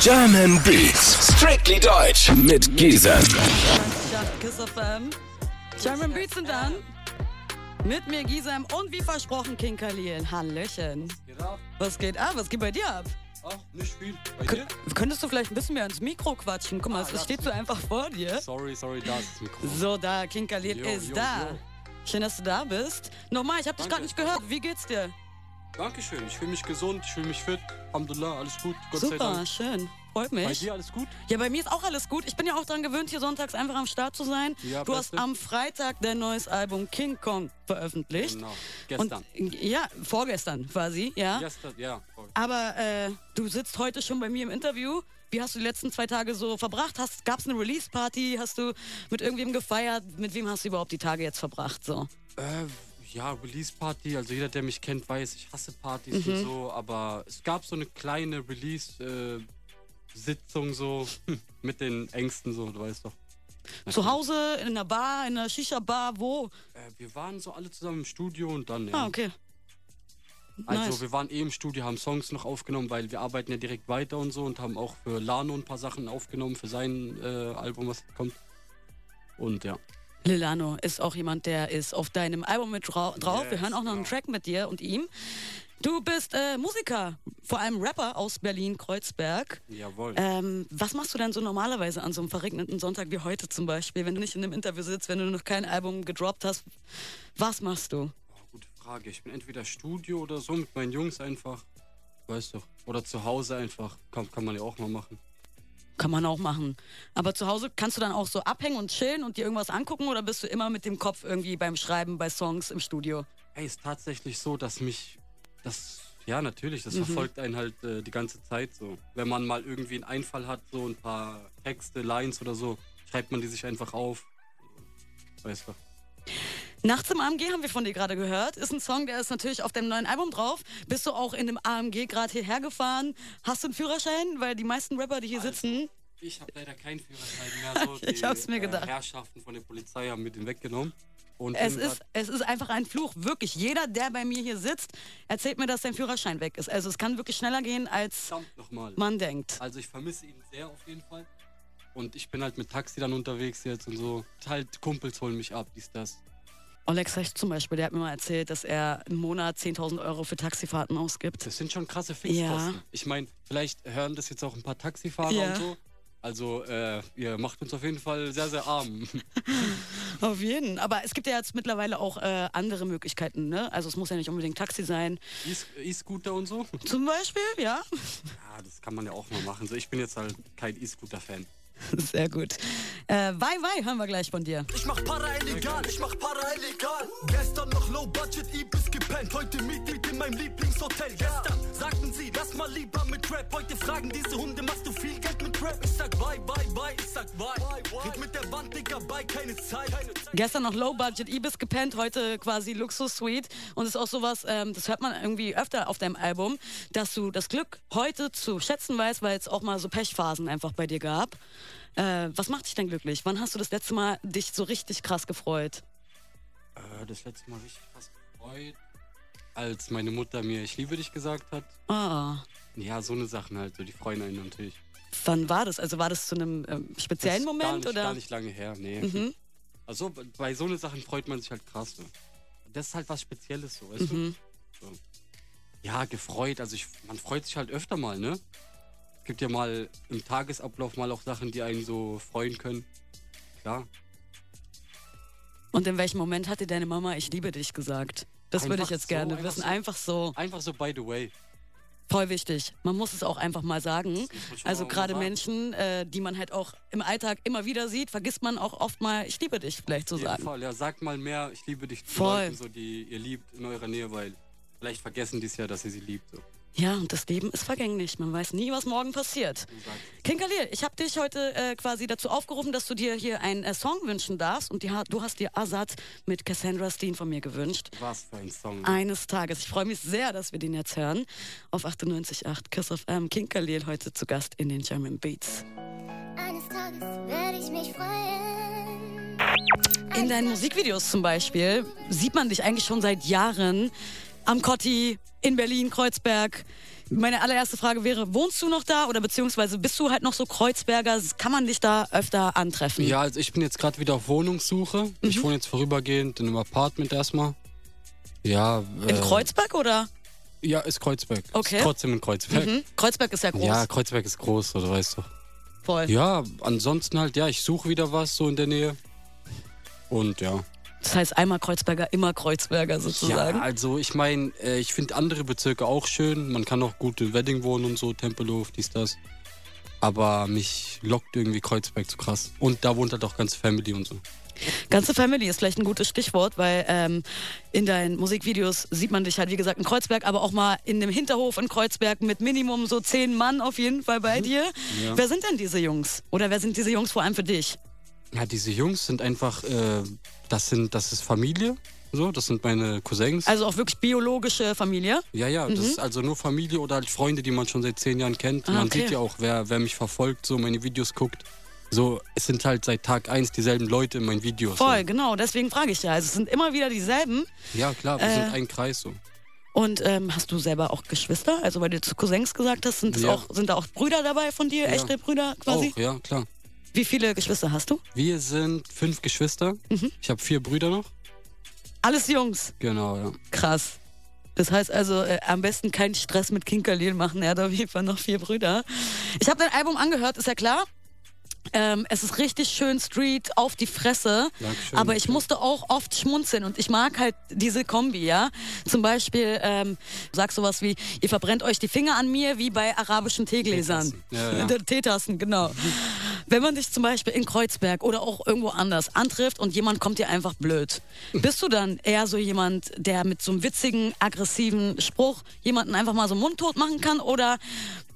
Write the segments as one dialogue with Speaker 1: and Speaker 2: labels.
Speaker 1: German Beats, strictly deutsch mit Giesen.
Speaker 2: Kiss FM. German Beats sind an. Mit mir Gisem und wie versprochen King Kalin. Hallöchen.
Speaker 3: Genau.
Speaker 2: Was geht ab? Was geht bei dir ab?
Speaker 3: Ach, nicht viel. Bei
Speaker 2: K
Speaker 3: dir?
Speaker 2: könntest du vielleicht ein bisschen mehr ins Mikro quatschen? Guck mal, es
Speaker 3: ja,
Speaker 2: steht so einfach vor dir.
Speaker 3: Sorry, sorry, da ist das Mikro.
Speaker 2: So, da, King Kalin
Speaker 3: Jo,
Speaker 2: ist
Speaker 3: jo,
Speaker 2: da.
Speaker 3: jo.
Speaker 2: Schön, dass du da bist. Nochmal, ich habe dich
Speaker 3: Danke.
Speaker 2: gerade nicht gehört. Wie geht's dir?
Speaker 3: Dankeschön, ich fühle mich gesund, ich fühle mich fit. Alhamdulillah, alles gut, Gott sei
Speaker 2: Super,
Speaker 3: Dank.
Speaker 2: schön. Freut
Speaker 3: Bei
Speaker 2: mich.
Speaker 3: dir alles gut?
Speaker 2: Ja, bei mir ist auch alles gut. Ich bin ja auch daran gewöhnt, hier sonntags einfach am Start zu sein.
Speaker 3: Ja,
Speaker 2: du hast
Speaker 3: Beste.
Speaker 2: am Freitag dein neues Album King Kong veröffentlicht.
Speaker 3: Genau, gestern.
Speaker 2: Und, ja, vorgestern quasi, ja.
Speaker 3: Gestern, ja. voll.
Speaker 2: Aber äh, du sitzt heute schon bei mir im Interview. Wie hast du die letzten zwei Tage so verbracht? Hast, gab's eine Release-Party? Hast du mit irgendwem gefeiert? Mit wem hast du überhaupt die Tage jetzt verbracht? So.
Speaker 3: Äh, ja, Release-Party, also jeder, der mich kennt, weiß, ich hasse Partys
Speaker 2: Mhm.
Speaker 3: und so, aber es gab so eine kleine Release-Sitzung so mit den Ängsten so, du weißt doch.
Speaker 2: Zu Hause, in einer Bar, in einer Shisha-Bar, wo?
Speaker 3: Äh, wir waren so alle zusammen im Studio und dann, ja.
Speaker 2: Ah, okay.
Speaker 3: Also
Speaker 2: Nice.
Speaker 3: wir waren eh im Studio, haben Songs noch aufgenommen, weil wir arbeiten ja direkt weiter und so und haben auch für Lano ein paar Sachen aufgenommen für sein äh, Album, was kommt. Und ja.
Speaker 2: Lilano ist auch jemand, der ist auf deinem Album mit drau- drauf. Wir
Speaker 3: Yes,
Speaker 2: hören auch noch einen
Speaker 3: genau.
Speaker 2: Track mit dir und ihm. Du bist äh, Musiker, vor allem Rapper aus Berlin-Kreuzberg.
Speaker 3: Jawohl.
Speaker 2: Ähm, was machst du denn so normalerweise an so einem verregneten Sonntag wie heute zum Beispiel, wenn du nicht in einem Interview sitzt, wenn du noch kein Album gedroppt hast? Was machst du?
Speaker 3: Gute Frage. Ich bin entweder Studio oder so mit meinen Jungs einfach. Weißt du. Oder zu Hause einfach. Kann, kann man ja auch mal machen.
Speaker 2: Kann man auch machen. Aber zu Hause kannst du dann auch so abhängen und chillen und dir irgendwas angucken oder bist du immer mit dem Kopf irgendwie beim Schreiben, bei Songs im Studio?
Speaker 3: Ey, ist tatsächlich so, dass mich das. Ja, natürlich, das verfolgt einen halt äh, die ganze Zeit so. Wenn man mal irgendwie einen Einfall hat, so ein paar Texte, Lines oder so, schreibt man die sich einfach auf. Weißt du.
Speaker 2: Nachts im AMG haben wir von dir gerade gehört. Ist ein Song, der ist natürlich auf deinem neuen Album drauf. Bist du auch in dem AMG gerade hierher gefahren? Hast du einen Führerschein? Weil die meisten Rapper, die hier
Speaker 3: Also,
Speaker 2: sitzen,
Speaker 3: Ich habe leider keinen Führerschein mehr. So
Speaker 2: Ich
Speaker 3: die,
Speaker 2: hab's mir
Speaker 3: äh,
Speaker 2: gedacht.
Speaker 3: Herrschaften von der Polizei haben mir den weggenommen. Und
Speaker 2: Es
Speaker 3: bin grad-
Speaker 2: ist, es ist einfach ein Fluch, wirklich. Jeder, der bei mir hier sitzt, erzählt mir, dass sein Führerschein weg ist. Also es kann wirklich schneller gehen, als
Speaker 3: verdammt nochmal.
Speaker 2: man denkt.
Speaker 3: Also ich vermisse ihn sehr auf jeden Fall. Und ich bin halt mit Taxi dann unterwegs jetzt und so. Halt Kumpels holen mich ab, ist das.
Speaker 2: Olex Recht zum Beispiel, der hat mir mal erzählt, dass er im Monat 10.000 Euro für Taxifahrten ausgibt.
Speaker 3: Das sind schon krasse Fixkosten.
Speaker 2: Ja.
Speaker 3: Ich meine, vielleicht hören das jetzt auch ein paar Taxifahrer
Speaker 2: Ja.
Speaker 3: und so. Also äh, ihr macht uns auf jeden Fall sehr, sehr arm.
Speaker 2: Auf jeden. Aber es gibt ja jetzt mittlerweile auch äh, andere Möglichkeiten. Ne? Also es muss ja nicht unbedingt Taxi sein.
Speaker 3: E-S- E-Scooter und so.
Speaker 2: Zum Beispiel, ja.
Speaker 3: Ja, das kann man ja auch mal machen. So, ich bin jetzt halt kein E-Scooter-Fan.
Speaker 2: Sehr gut. Äh, wei, wei, hören wir gleich von dir.
Speaker 4: Ich mach Para illegal, ich mach Para illegal. Gestern noch Low Budget, Ibis gepennt. Heute Meeting in meinem Lieblingshotel. Gestern sagten sie, lass mal lieber mit Rap. Heute fragen diese Hunde, machst du viel Geld mit Rap? Ich sag bye, bye, bye, ich sag bye. Red mit der Wand, Digga, bye, keine Zeit.
Speaker 2: Gestern noch Low Budget Ibis gepennt, heute quasi Luxus Suite. Und es ist auch sowas, ähm, das hört man irgendwie öfter auf deinem Album, dass du das Glück heute zu schätzen weißt, weil es auch mal so Pechphasen einfach bei dir gab. Äh, was macht dich denn glücklich? Wann hast du das letzte Mal dich so richtig krass gefreut?
Speaker 3: Äh, das letzte Mal richtig krass gefreut, als meine Mutter mir Ich liebe dich gesagt hat.
Speaker 2: Ah,
Speaker 3: Ja, so eine Sachen halt, so die freuen einen natürlich.
Speaker 2: wann war das? Also war das zu einem ähm,
Speaker 3: Das
Speaker 2: speziellen
Speaker 3: ist
Speaker 2: Moment
Speaker 3: gar nicht,
Speaker 2: oder? Mhm.
Speaker 3: Gar nicht lange her, nee. Also bei- bei so eine Sachen freut man sich halt krass. So. Das ist halt was Spezielles so, weißt
Speaker 2: Mhm.
Speaker 3: du? So. Ja, gefreut, also ich, man freut sich halt öfter mal, ne? Es gibt ja mal im Tagesablauf mal auch Sachen, die einen so freuen können. Klar.
Speaker 2: Und in welchem Moment hat dir deine Mama Ich liebe dich gesagt? Das würde ich
Speaker 3: Einfach
Speaker 2: jetzt
Speaker 3: so,
Speaker 2: gerne
Speaker 3: einfach
Speaker 2: wissen.
Speaker 3: so.
Speaker 2: Einfach so.
Speaker 3: Einfach so, by the way.
Speaker 2: Voll wichtig. Man muss es auch einfach mal sagen.
Speaker 3: muss man schon
Speaker 2: Also
Speaker 3: mal
Speaker 2: gerade
Speaker 3: sagen.
Speaker 2: Menschen, äh, die man halt auch im Alltag immer wieder sieht, vergisst man auch oft mal, ich liebe dich vielleicht zu
Speaker 3: Auf jeden
Speaker 2: sagen.
Speaker 3: Fall, ja, sagt mal mehr, ich liebe dich zu
Speaker 2: Voll.
Speaker 3: Leuten, so, die ihr liebt in eurer Nähe, weil vielleicht vergessen die es ja, dass ihr sie liebt. So.
Speaker 2: Ja, und das Leben ist vergänglich. Man weiß nie, was morgen passiert. King Khalil, ich habe dich heute äh, quasi dazu aufgerufen, dass du dir hier einen äh, Song wünschen darfst. Und die, ha- du hast dir Azad mit Cassandra Steen von mir gewünscht.
Speaker 3: Was für ein Song.
Speaker 2: Eines Tages. Ich freue mich sehr, dass wir den jetzt hören. Auf 98.8 Kiss of M. King Khalil heute zu Gast in den German Beats.
Speaker 5: Eines Tages werde ich mich freuen.
Speaker 2: In deinen Musikvideos zum Beispiel sieht man dich eigentlich schon seit Jahren am Kotti, in Berlin, Kreuzberg. Meine allererste Frage wäre, wohnst du noch da oder beziehungsweise bist du halt noch so Kreuzberger? Kann man dich da öfter antreffen?
Speaker 3: Ja, also ich bin jetzt gerade wieder auf Wohnungssuche.
Speaker 2: Mhm.
Speaker 3: Ich wohne jetzt vorübergehend in einem Apartment erstmal. Ja. äh,
Speaker 2: In Kreuzberg oder?
Speaker 3: Ja, ist Kreuzberg.
Speaker 2: Okay.
Speaker 3: Ist trotzdem in Kreuzberg.
Speaker 2: Hm? Kreuzberg ist ja groß.
Speaker 3: Ja, Kreuzberg ist groß, so, du weißt doch.
Speaker 2: voll.
Speaker 3: Ja, ansonsten halt, ja, ich suche wieder was so in der Nähe. Und ja.
Speaker 2: Das heißt einmal Kreuzberger, immer Kreuzberger sozusagen.
Speaker 3: Ja, also ich meine, äh, ich finde andere Bezirke auch schön. Man kann auch gut in Wedding wohnen und so, Tempelhof, dies, das. Aber mich lockt irgendwie Kreuzberg zu krass. Und da wohnt halt auch ganze Family und so.
Speaker 2: Ganze Family ist vielleicht ein gutes Stichwort, weil ähm, in deinen Musikvideos sieht man dich halt, wie gesagt, in Kreuzberg, aber auch mal in dem Hinterhof in Kreuzberg mit Minimum so zehn Mann auf jeden Fall bei dir.
Speaker 3: Mhm. Ja.
Speaker 2: Wer sind denn diese Jungs? Oder wer sind diese Jungs vor allem für dich?
Speaker 3: Ja, diese Jungs sind einfach, äh, das sind, das ist Familie. So, das sind meine Cousins.
Speaker 2: Also auch wirklich biologische Familie.
Speaker 3: ja, ja, das ist also nur Familie oder halt Freunde, die man schon seit zehn Jahren kennt.
Speaker 2: Mhm. Ah,
Speaker 3: man
Speaker 2: okay.
Speaker 3: sieht ja auch, wer, wer mich verfolgt, so meine Videos guckt. So, es sind halt seit Tag eins dieselben Leute in meinen Videos.
Speaker 2: Voll, genau, deswegen frage ich ja. Also es sind immer wieder dieselben.
Speaker 3: So. Ja, klar, wir
Speaker 2: Äh,
Speaker 3: sind ein Kreis so.
Speaker 2: Und ähm, hast du selber auch Geschwister? Also weil du zu Cousins gesagt hast, sind, das
Speaker 3: Ja.
Speaker 2: auch, sind da auch Brüder dabei von dir, echte Brüder quasi?
Speaker 3: Auch, ja, klar.
Speaker 2: Wie viele Geschwister hast du?
Speaker 3: Wir sind fünf Geschwister.
Speaker 2: Mhm.
Speaker 3: Ich habe vier Brüder noch.
Speaker 2: Alles Jungs.
Speaker 3: Genau, ja.
Speaker 2: Krass. Das heißt also, äh, am besten keinen Stress mit Kinkerlin machen. Er hat auf jeden Fall noch vier Brüder. Ich habe dein Album angehört, ist ja klar. Ähm, es ist richtig schön Street, auf die Fresse.
Speaker 3: Dankeschön.
Speaker 2: Aber ich musste auch oft schmunzeln und ich mag halt diese Kombi, ja. Zum Beispiel ähm, sag sowas wie, ihr verbrennt euch die Finger an mir, wie bei arabischen Teegläsern.
Speaker 3: Teetassen. Ja, ja.
Speaker 2: Der Teetassen, genau. Wenn man dich zum Beispiel in Kreuzberg oder auch irgendwo anders antrifft und jemand kommt dir einfach blöd, bist du dann eher so jemand, der mit so einem witzigen, aggressiven Spruch jemanden einfach mal so mundtot machen kann oder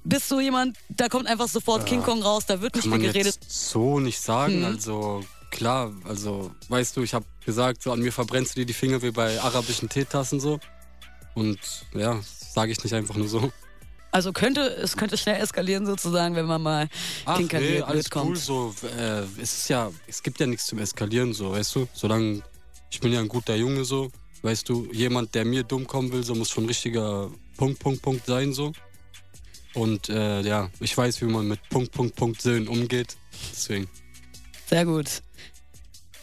Speaker 2: bist du jemand, da kommt einfach sofort King Kong raus, da wird nicht mehr
Speaker 3: Man
Speaker 2: geredet?
Speaker 3: jetzt so nicht sagen. Also klar, also weißt du, ich habe gesagt, so an mir verbrennst du dir die Finger wie bei arabischen Teetassen so. Und ja, sage ich nicht einfach nur so.
Speaker 2: Also könnte, es könnte schnell eskalieren sozusagen, wenn man mal
Speaker 3: Ach
Speaker 2: Kinkerlier
Speaker 3: nee,
Speaker 2: blöd
Speaker 3: alles cool
Speaker 2: kommt.
Speaker 3: so. Äh, es ist ja, es gibt ja nichts zum Eskalieren so, weißt du. Solange ich bin ja ein guter Junge so, weißt du, jemand, der mir dumm kommen will, so muss schon richtiger Punkt Punkt Punkt sein so. Und äh, ja, ich weiß, wie man mit Punkt Punkt Punkt Söhnen umgeht. Deswegen.
Speaker 2: Sehr gut.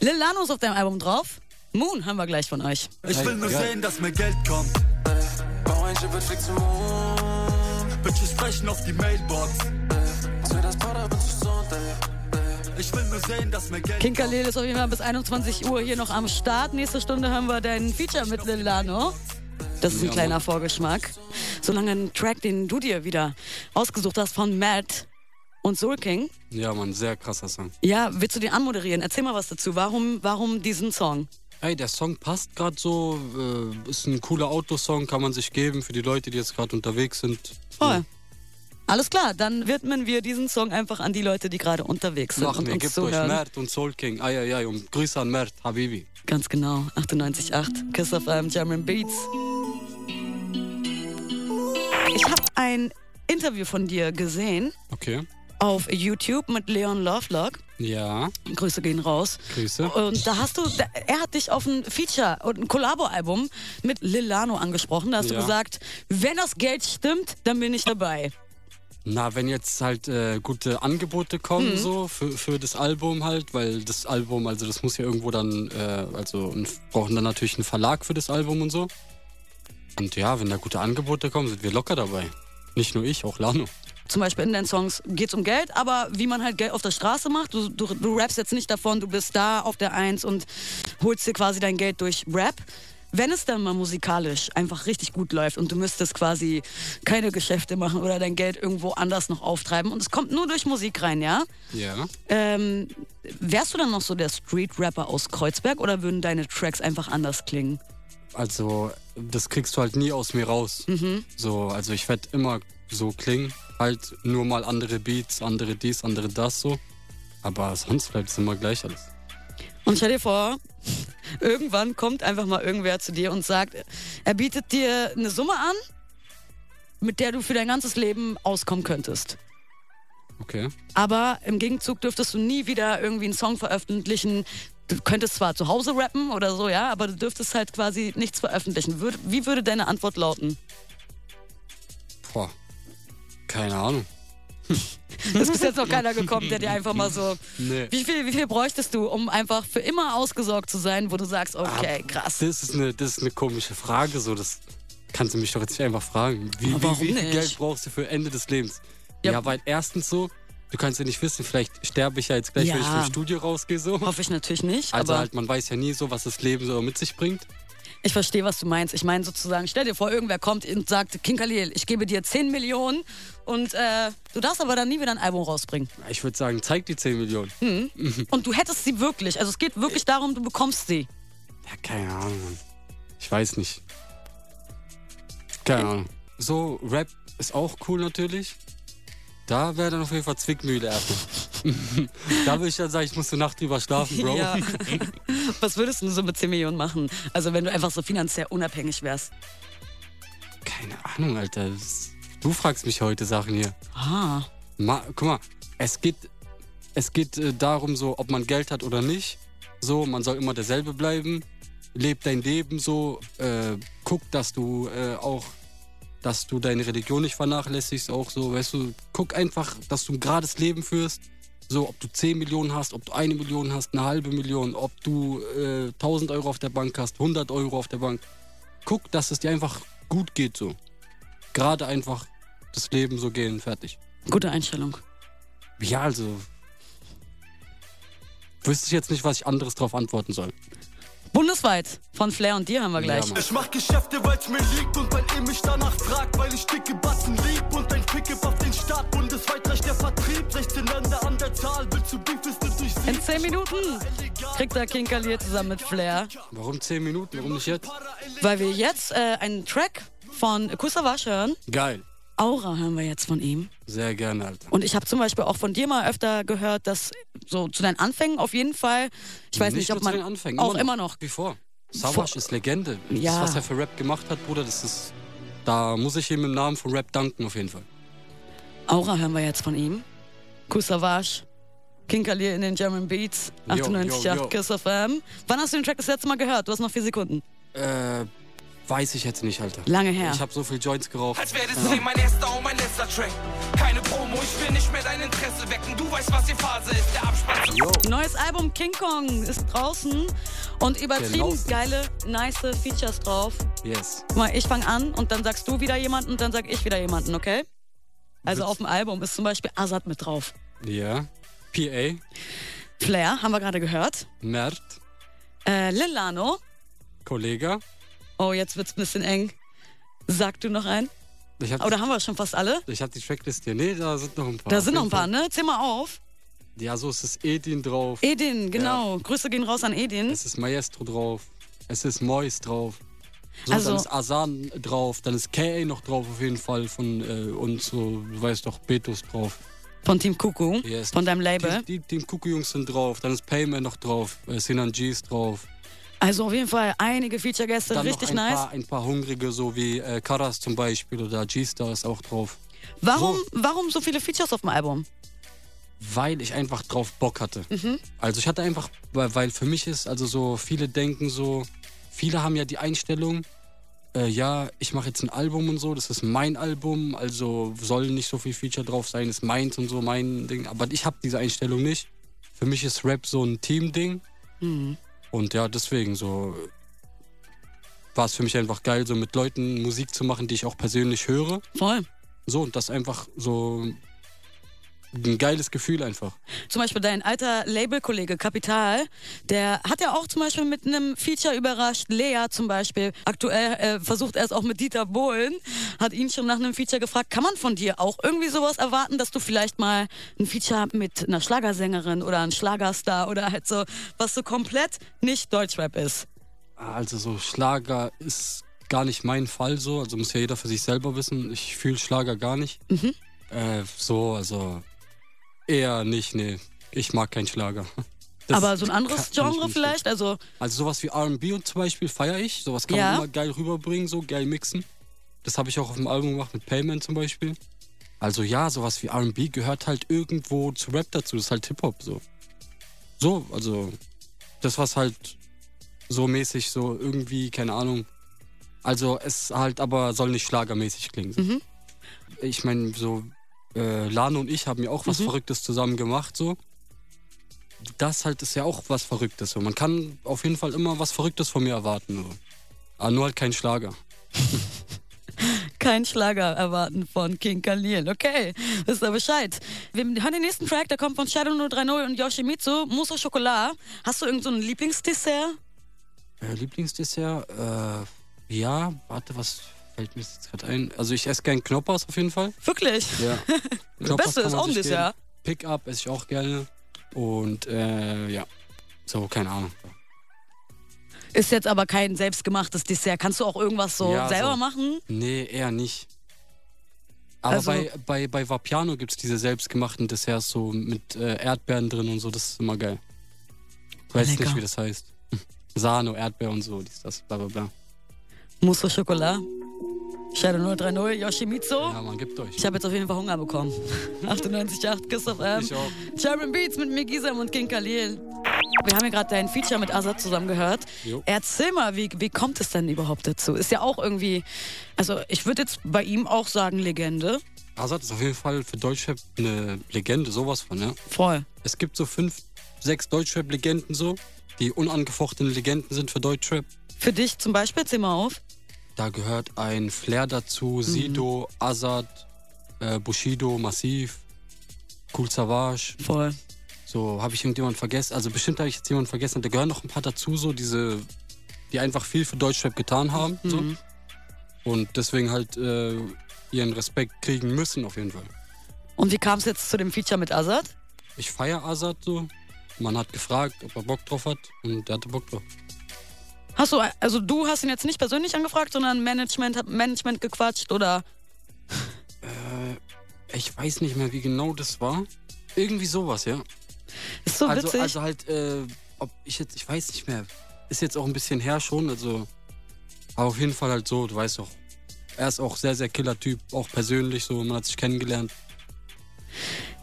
Speaker 2: Lil Lano ist auf deinem Album drauf. Moon haben wir gleich von euch.
Speaker 4: Ich will nur
Speaker 3: Ja.
Speaker 4: sehen, dass mir Geld kommt.
Speaker 6: Bau ein Schiff und flieg zum Mond.
Speaker 4: Bitches sprechen auf die Mailbox.
Speaker 6: Zu das Powder bin zu Sonntag.
Speaker 4: Ich will nur sehen, dass mir Geld
Speaker 2: King Khalil ist auf jeden Fall bis 21 Uhr hier noch am Start. Nächste Stunde haben wir dein Feature mit Lil Lano. Das ist ein
Speaker 3: Ja,
Speaker 2: kleiner
Speaker 3: Mann.
Speaker 2: Vorgeschmack. Solange ein Track, den du dir wieder ausgesucht hast von Matt und Soul King.
Speaker 3: Ja, Mann, sehr krasser Song.
Speaker 2: Ja, willst du den anmoderieren? Erzähl mal was dazu. Warum, warum diesen Song?
Speaker 3: Ey, der Song passt gerade so. Äh, ist ein cooler Autosong, kann man sich geben für die Leute, die jetzt gerade unterwegs sind.
Speaker 2: Voll. Alles klar, dann widmen wir diesen Song einfach an die Leute, die gerade unterwegs sind
Speaker 3: Machen
Speaker 2: und
Speaker 3: wir,
Speaker 2: uns
Speaker 3: gebt euch
Speaker 2: zuhören.
Speaker 3: Mert und Soul King. Ei, ei, ei, und um Grüße an Mert, Habibi.
Speaker 2: Ganz genau, 98.8, Kiss auf einem German Beats. Ich habe ein Interview von dir gesehen
Speaker 3: Okay.
Speaker 2: auf YouTube mit Leon Lovelock.
Speaker 3: Ja,
Speaker 2: Grüße gehen raus.
Speaker 3: Grüße.
Speaker 2: Und da hast du, da, er hat dich auf ein Feature und ein Collabo-Album mit Lilano angesprochen. Da hast du
Speaker 3: Ja.
Speaker 2: gesagt, wenn das Geld stimmt, dann bin ich dabei.
Speaker 3: Na, wenn jetzt halt äh, gute Angebote kommen,
Speaker 2: Hm.
Speaker 3: so für, für das Album halt, weil das Album, also das muss ja irgendwo dann, äh, also und brauchen dann natürlich einen Verlag für das Album und so. Und ja, wenn da gute Angebote kommen, sind wir locker dabei. Nicht nur ich, auch Lano.
Speaker 2: Zum Beispiel in deinen Songs geht's um Geld, aber wie man halt Geld auf der Straße macht. Du, du, du rappst jetzt nicht davon, du bist da auf der Eins und holst dir quasi dein Geld durch Rap. Wenn es dann mal musikalisch einfach richtig gut läuft und du müsstest quasi keine Geschäfte machen oder dein Geld irgendwo anders noch auftreiben und es kommt nur durch Musik rein, ja?
Speaker 3: Ja.
Speaker 2: Ähm, wärst du dann noch so der Street-Rapper aus Kreuzberg oder würden deine Tracks einfach anders klingen?
Speaker 3: Also, das kriegst du halt nie aus mir raus.
Speaker 2: Mhm.
Speaker 3: So, also ich werd immer so klingen. Halt nur mal andere Beats, andere dies, andere das so. Aber sonst bleibt es immer gleich alles.
Speaker 2: Und stell dir vor, irgendwann kommt einfach mal irgendwer zu dir und sagt, er bietet dir eine Summe an, mit der du für dein ganzes Leben auskommen könntest.
Speaker 3: Okay.
Speaker 2: Aber im Gegenzug dürftest du nie wieder irgendwie einen Song veröffentlichen. Du könntest zwar zu Hause rappen oder so, ja, aber du dürftest halt quasi nichts veröffentlichen. Würd- Wie würde deine Antwort lauten?
Speaker 3: Boah. Keine Ahnung.
Speaker 2: Das ist bis jetzt noch keiner gekommen, der dir einfach mal so.
Speaker 3: Nee.
Speaker 2: Wie viel, wie viel bräuchtest du, um einfach für immer ausgesorgt zu sein, wo du sagst,
Speaker 3: Ah.
Speaker 2: okay, krass.
Speaker 3: Das ist eine, das ist eine komische Frage. So, das kannst du mich doch jetzt nicht einfach fragen. Wie,
Speaker 2: Aber warum
Speaker 3: wie, wie viel
Speaker 2: nicht?
Speaker 3: Geld brauchst du für Ende des Lebens?
Speaker 2: Ja.
Speaker 3: Ja, weil erstens so, du kannst ja nicht wissen, vielleicht sterbe ich ja jetzt gleich, wenn ich
Speaker 2: Ja.
Speaker 3: vom Studio rausgehe. So.
Speaker 2: Hoffe ich natürlich nicht,
Speaker 3: Also
Speaker 2: aber
Speaker 3: halt, man weiß ja nie so, was das Leben so mit sich bringt.
Speaker 2: ich verstehe, was du meinst. Ich meine sozusagen, stell dir vor, irgendwer kommt und sagt, King Khalil, ich gebe dir 10 Millionen und äh, du darfst aber dann nie wieder ein Album rausbringen.
Speaker 3: Ich würde sagen, zeig die 10 Millionen.
Speaker 2: Und du hättest sie wirklich. Also es geht wirklich darum, du bekommst sie.
Speaker 3: Ja, keine Ahnung. Mann. Ich weiß nicht. Keine Ahnung. So, Rap ist auch cool natürlich. Da wäre dann auf jeden Fall Zwickmühle erstmal. da würde ich dann sagen, ich muss eine Nacht drüber schlafen, Bro.
Speaker 2: Ja. Was würdest du so mit 10 Millionen machen? Also wenn du einfach so finanziell unabhängig wärst.
Speaker 3: Keine Ahnung, Alter. Das- Du fragst mich heute Sachen hier.
Speaker 2: Ah.
Speaker 3: Ma Guck mal, es geht, es geht äh, darum, so, ob man Geld hat oder nicht. So, man soll immer derselbe bleiben. Leb dein Leben so. Äh, guck, dass du äh, auch, dass du deine Religion nicht vernachlässigst. Auch so, weißt du, guck einfach, dass du ein gerades Leben führst. So, ob du 10 Millionen hast, ob du eine Million hast, eine halbe Million, ob du äh, 1000 Euro auf der Bank hast, 100 Euro auf der Bank. Guck, dass es dir einfach gut geht so. Gerade einfach das Leben so gehen, fertig.
Speaker 2: Gute Einstellung.
Speaker 3: Ja, also. Wüsste ich jetzt nicht, was ich anderes drauf antworten soll.
Speaker 2: Bundesweit von Flair und dir haben wir gleich.
Speaker 3: Ja, Mann.
Speaker 4: Ich mach Geschäfte, weil's mir liegt und mein Image danach fragt, weil ich dicke Batzen lieb und ein Pickup auf den Start. Bundesweit reicht der Vertrieb, 16 Länder an der Zahl, willst du Beef, ist nicht durch sie.
Speaker 2: In 10 Minuten kriegt er King Khalil zusammen mit Flair,
Speaker 3: Warum 10 Minuten? Warum nicht jetzt?
Speaker 2: weil wir jetzt äh, einen Track von Kusawasch hören.
Speaker 3: Geil.
Speaker 2: Aura hören wir jetzt von ihm.
Speaker 3: Sehr gerne, Alter.
Speaker 2: Und ich habe zum Beispiel auch von dir mal öfter gehört, dass so zu deinen Anfängen auf jeden Fall, ich weiß nicht,
Speaker 3: nur
Speaker 2: ob
Speaker 3: zu
Speaker 2: man
Speaker 3: den Anfängen,
Speaker 2: auch immer noch.
Speaker 3: Wie vor. Savage ist Legende.
Speaker 2: Ja.
Speaker 3: Das, was er für Rap gemacht hat, Bruder, das ist. Da muss ich ihm im Namen von Rap danken, auf jeden Fall.
Speaker 2: Aura hören wir jetzt von ihm. Kusawasch, King Khalil in den German Beats,
Speaker 3: Jo, jo,
Speaker 2: 98.8
Speaker 3: jo.
Speaker 2: Kiss FM. Wann hast du den Track das letzte Mal gehört? Du hast noch vier Sekunden.
Speaker 3: Äh, weiß ich jetzt nicht, Alter.
Speaker 2: Lange her.
Speaker 3: Ich habe so viel Joints geraucht.
Speaker 6: Als wäre das Ding mein erster und mein letzter Track. Keine Promo, ich will nicht mehr dein Interesse wecken. Du weißt, was die Phase ist, der Abspann.
Speaker 2: Neues Album King Kong ist draußen und übertrieben
Speaker 3: Gelaufen.
Speaker 2: geile, nice Features drauf.
Speaker 3: Yes.
Speaker 2: Guck mal, ich fange an und dann sagst du wieder jemanden und dann sag ich wieder jemanden, okay? Also auf dem Album ist zum Beispiel Azad mit drauf.
Speaker 3: Ja. PA.
Speaker 2: Flair, haben wir gerade gehört.
Speaker 3: Mert.
Speaker 2: Äh, Lilano.
Speaker 3: Kollege.
Speaker 2: Oh, jetzt wird's ein bisschen eng. Sag du noch einen?
Speaker 3: Ich habe
Speaker 2: Oder haben wir schon fast alle?
Speaker 3: ich hab die Tracklist hier. Nee, da sind noch ein paar.
Speaker 2: Da
Speaker 3: Auf
Speaker 2: sind noch ein
Speaker 3: jeden
Speaker 2: paar,
Speaker 3: Fall.
Speaker 2: ne? Zähl mal auf.
Speaker 3: Ja, so ist es Edin drauf.
Speaker 2: Edin, genau. Grüße gehen raus an Edin.
Speaker 3: Es ist Maestro drauf. Es ist Mois drauf. So,
Speaker 2: Also-
Speaker 3: dann ist Asan drauf. Dann ist KA noch drauf auf jeden Fall von äh, und so, du weißt doch, Betos drauf.
Speaker 2: Von Team Kuku.
Speaker 3: Yes.
Speaker 2: Von deinem Label.
Speaker 3: Die, die, die Kuku-Jungs sind drauf. Dann ist Payman noch drauf. Äh, Sinan G ist drauf.
Speaker 2: Also auf jeden Fall einige Feature-Gäste.
Speaker 3: Dann
Speaker 2: Richtig
Speaker 3: noch ein,
Speaker 2: nice.
Speaker 3: paar, ein paar Hungrige, so wie äh, Karas zum Beispiel oder G-Star ist auch drauf.
Speaker 2: Warum,
Speaker 3: So.
Speaker 2: warum so viele Features auf dem Album?
Speaker 3: weil ich einfach drauf Bock hatte. Also ich hatte einfach, weil weil für mich ist, also so viele denken so, viele haben ja die Einstellung, äh, ja, ich mache jetzt ein Album und so, das ist mein Album, also soll nicht so viel Feature drauf sein, ist meins und so mein Ding. Aber ich habe diese Einstellung nicht. Für mich ist Rap so ein Team-Ding. Und ja, deswegen so war es für mich einfach geil, so mit Leuten Musik zu machen, die ich auch persönlich höre.
Speaker 2: Voll.
Speaker 3: So, und das einfach so ein geiles Gefühl einfach.
Speaker 2: Zum Beispiel dein alter Labelkollege Kapital, der hat ja auch zum Beispiel mit einem Feature überrascht. Lea zum Beispiel. Aktuell äh, versucht er es auch mit Dieter Bohlen. Hat ihn schon nach einem Feature gefragt. Kann man von dir auch irgendwie sowas erwarten, dass du vielleicht mal ein Feature mit einer Schlagersängerin oder einem Schlagerstar oder halt so, was so komplett nicht Deutschrap ist?
Speaker 3: Also so Schlager ist gar nicht mein Fall so. Also muss ja jeder für sich selber wissen. Ich fühle Schlager gar nicht.
Speaker 2: Mhm.
Speaker 3: Äh, so, also eher nicht, nee. Ich mag keinen Schlager. Das
Speaker 2: Aber so ein anderes
Speaker 3: kann- kann ich
Speaker 2: Genre
Speaker 3: nicht.
Speaker 2: vielleicht? Also,
Speaker 3: Also sowas wie R&B und zum Beispiel feiere ich. Sowas kann
Speaker 2: Ja.
Speaker 3: man immer geil rüberbringen, so geil mixen. Das habe ich auch auf dem Album gemacht mit Payman zum Beispiel. Also ja, sowas wie R&B gehört halt irgendwo zu Rap dazu. Das ist halt Hip-Hop so. So, also das was halt so mäßig so irgendwie, keine Ahnung. Also es halt aber soll nicht schlagermäßig klingen. So. ich meine, so äh, Lane und ich haben ja auch was Verrücktes zusammen gemacht, so. Das halt ist ja auch was Verrücktes. So. Man kann auf jeden Fall immer was Verrücktes von mir erwarten. So. Aber nur halt kein Schlager.
Speaker 2: Kein Schlager erwarten von King Khalil. Okay, wisst ihr Bescheid. Wir hören den nächsten Track, der kommt von Shadow 030 und Yoshimitsu, Mousse au Chocolat. Hast du irgendein so ein Lieblingsdessert?
Speaker 3: Äh, Lieblingsdessert, äh, ja, warte, was fällt mir jetzt gerade ein? Also ich esse gern Knoppers auf jeden Fall.
Speaker 2: Wirklich?
Speaker 3: Ja.
Speaker 2: Das Beste ist auch ein Dessert.
Speaker 3: Pick-up esse ich auch gerne. Und äh, ja, so, keine Ahnung.
Speaker 2: Ist jetzt aber kein selbstgemachtes Dessert. Kannst du auch irgendwas so
Speaker 3: Ja,
Speaker 2: selber
Speaker 3: so.
Speaker 2: machen?
Speaker 3: Nee, eher nicht. Aber
Speaker 2: Also-
Speaker 3: bei, bei, bei Vapiano gibt es diese selbstgemachten Desserts so mit äh, Erdbeeren drin und so, das ist immer geil. Ich weiß
Speaker 2: Lecker.
Speaker 3: nicht, wie das heißt. Sano, Erdbeer und so, dies, das, bla bla bla.
Speaker 2: Mousse au Chocolat. Shadow 030, Yoshimitsu.
Speaker 3: Ja, man, gibt euch.
Speaker 2: Ich habe jetzt auf jeden Fall Hunger bekommen. 98,8 Kiss auf M.
Speaker 3: Ich auch.
Speaker 2: German Beats mit mir Gisam und King Khalil. Wir haben ja gerade dein Feature mit Azad zusammen gehört.
Speaker 3: Jo.
Speaker 2: Erzähl mal, wie, wie kommt es denn überhaupt dazu? Ist ja auch irgendwie, also ich würde jetzt bei ihm auch sagen Legende.
Speaker 3: Azad ist auf jeden Fall für Deutschrap eine Legende, sowas von, ja.
Speaker 2: Voll.
Speaker 3: Es gibt so fünf, sechs Deutschrap-Legenden so, die unangefochtene Legenden sind für Deutschrap.
Speaker 2: Für dich zum Beispiel, zähl mal auf.
Speaker 3: Da gehört ein Flair
Speaker 2: Mhm.
Speaker 3: dazu, Sido, Azad, äh, Bushido, Massiv, Cool Savage.
Speaker 2: Voll.
Speaker 3: So, habe ich irgendjemanden vergessen? Also bestimmt habe ich jetzt jemanden vergessen. Da gehören noch ein paar dazu, so diese, die einfach viel für Deutschrap getan haben. So. Und deswegen halt äh, ihren Respekt kriegen müssen auf jeden Fall.
Speaker 2: Und wie kam es jetzt zu dem Feature mit Azad?
Speaker 3: Ich feiere Azad so. Man hat gefragt, ob er Bock drauf hat und er hatte Bock drauf.
Speaker 2: Hast du, also du hast ihn jetzt nicht persönlich angefragt, sondern Management hat Management gequatscht oder
Speaker 3: Ich weiß nicht mehr, wie genau das war. Irgendwie sowas, ja.
Speaker 2: ist so
Speaker 3: also,
Speaker 2: witzig.
Speaker 3: also halt, äh, ob ich jetzt, ich weiß nicht mehr. Ist jetzt auch ein bisschen her schon, also. Aber auf jeden Fall halt so, du weißt doch. Er ist auch sehr, sehr killer Typ, auch persönlich so. Man hat sich kennengelernt.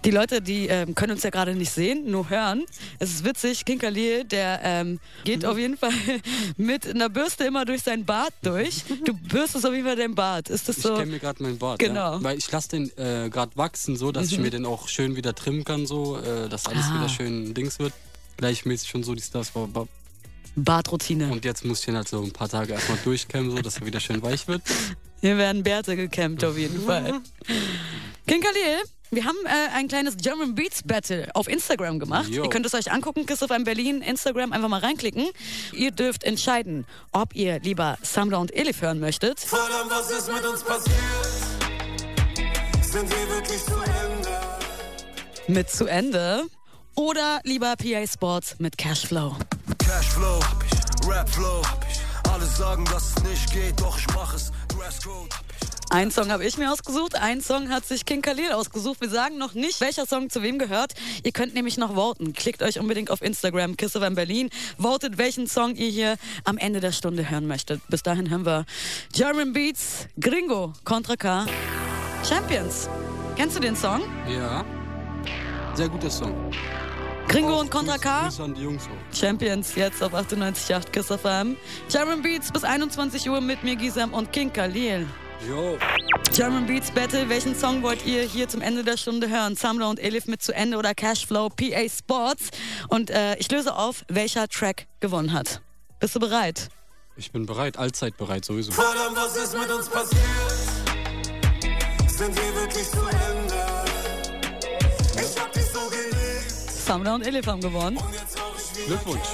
Speaker 2: Die Leute, die ähm, können uns ja gerade nicht sehen, nur hören. Es ist witzig, King Khalil, der ähm, geht auf jeden Fall mit einer Bürste immer durch seinen Bart durch. Du bürstest auf jeden Fall deinen Bart. Ist das
Speaker 3: Ich
Speaker 2: so?
Speaker 3: kenne mir gerade meinen Bart.
Speaker 2: Genau. Mhm.
Speaker 3: Ja? Weil ich lasse den äh, gerade wachsen, so, dass ich mir den auch schön wieder trimmen kann, so, äh, dass alles
Speaker 2: Ah.
Speaker 3: wieder schön Dings wird. Gleichmäßig und so, die Stars. bop, bop.
Speaker 2: Bartroutine.
Speaker 3: Und jetzt muss ich ihn halt so ein paar Tage erstmal durchkämmen, so, dass er wieder schön weich wird.
Speaker 2: Hier werden Bärte gekämmt auf jeden Fall. King Khalil, wir haben äh, ein kleines German Beats Battle auf Instagram gemacht.
Speaker 3: Jo.
Speaker 2: Ihr könnt es euch angucken, Kiss of M Berlin, Instagram, einfach mal reinklicken. Ihr dürft entscheiden, ob ihr lieber Samra und Elif hören möchtet
Speaker 4: Verdammt, was ist mit uns passiert? Sind wir wirklich zu Ende?
Speaker 2: mit zu Ende oder lieber PA Sports mit Cashflow.
Speaker 4: Cashflow, Rapflow. Alle sagen, dass es nicht geht, doch ich mach es. Grasscode.
Speaker 2: Ein Song habe ich mir ausgesucht, ein Song hat sich King Khalil ausgesucht. Wir sagen noch nicht, welcher Song zu wem gehört. Ihr könnt nämlich noch voten. Klickt euch unbedingt auf Instagram Kiss of M Berlin, votet welchen Song ihr hier am Ende der Stunde hören möchtet. Bis dahin hören wir German Beats, Gringo, Contra K, Champions. Kennst du den Song?
Speaker 3: Ja. Sehr guter Song.
Speaker 2: Gringo und Contra K?
Speaker 3: Grüße an die Jungs auch.
Speaker 2: Champions jetzt auf 98.8 Kiss FM. German Beats bis 21 Uhr mit mir Gisem und King Khalil.
Speaker 3: Jo.
Speaker 2: German Beats Battle, welchen Song wollt ihr hier zum Ende der Stunde hören? Samra und Elif mit zu Ende oder Cashflow, PA Sports. Und äh, ich löse auf, welcher Track gewonnen hat. Bist du bereit?
Speaker 3: Ich bin bereit, allzeit bereit sowieso.
Speaker 4: Verdammt, was ist mit uns passiert? Sind wir wirklich zu Ende? Ich hab dich so geliebt
Speaker 2: Samra und Elif haben gewonnen.
Speaker 4: und jetzt hab ich wieder
Speaker 3: Glückwunsch.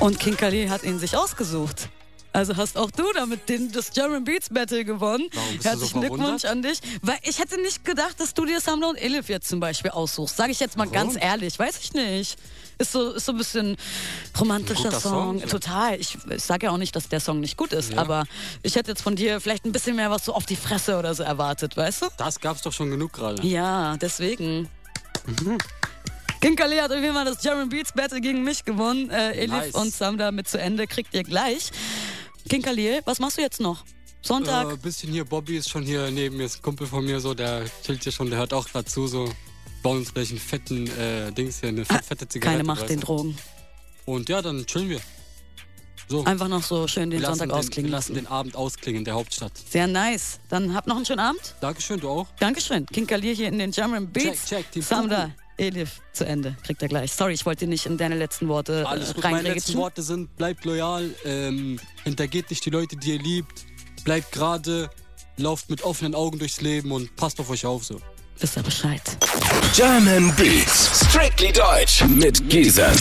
Speaker 2: Und King Khalil hat ihn sich ausgesucht. Also hast auch du damit den, das German Beats Battle gewonnen.
Speaker 3: Warum bist du so
Speaker 2: Herzlichen Glückwunsch
Speaker 3: verwundert?
Speaker 2: an dich. Weil ich hätte nicht gedacht, dass du dir Samra und Elif jetzt zum Beispiel aussuchst. Sage ich jetzt mal
Speaker 3: Warum?
Speaker 2: ganz ehrlich, weiß ich nicht. Ist so, ist so ein bisschen romantischer
Speaker 3: Guter
Speaker 2: Song.
Speaker 3: Song, ja.
Speaker 2: Total. Ich, ich sage ja auch nicht, dass der Song nicht gut ist, aber ich hätte jetzt von dir vielleicht ein bisschen mehr was so auf die Fresse oder so erwartet, weißt du?
Speaker 3: Das gab's doch schon genug gerade.
Speaker 2: Ja, deswegen.
Speaker 3: Mhm.
Speaker 2: King Khalil hat auf jeden Fall das German Beats Battle gegen mich gewonnen. Äh, Elif
Speaker 3: Nice.
Speaker 2: und Samda mit zu Ende kriegt ihr gleich. King Khalil, was machst du jetzt noch? Sonntag?
Speaker 3: Äh, bisschen hier, Bobby ist schon hier neben mir, ist ein Kumpel von mir, so, der chillt hier schon, der hört auch grad zu, so. Bauen uns gleich einen fetten äh, Dings hier, eine fett, Äh, fette Zigarette.
Speaker 2: Keine Ah, Macht
Speaker 3: weißt
Speaker 2: den
Speaker 3: du.
Speaker 2: Drogen.
Speaker 3: Und ja, dann chillen wir. So.
Speaker 2: Einfach noch so schön den
Speaker 3: Wir lassen
Speaker 2: Sonntag
Speaker 3: den,
Speaker 2: ausklingen
Speaker 3: wir lassen
Speaker 2: lassen.
Speaker 3: den Abend ausklingen in der Hauptstadt.
Speaker 2: Sehr nice. Dann habt noch einen schönen Abend.
Speaker 3: Dankeschön, du auch.
Speaker 2: Dankeschön. King Kalir hier in den Jamron Beats.
Speaker 3: Check, check, die
Speaker 2: Samda, Elif zu Ende. Kriegt er gleich. Sorry, ich wollte dir nicht in deine letzten Worte
Speaker 3: Alles
Speaker 2: äh,
Speaker 3: gut. Meine letzten
Speaker 2: reingrätschen.
Speaker 3: Worte sind, bleibt loyal, ähm, hintergeht nicht die Leute, die ihr liebt, bleibt gerade, lauft mit offenen Augen durchs Leben und passt auf euch auf so.
Speaker 2: Wisst ihr Bescheid.
Speaker 1: German Beats. Strictly Deutsch. Mit Giesen.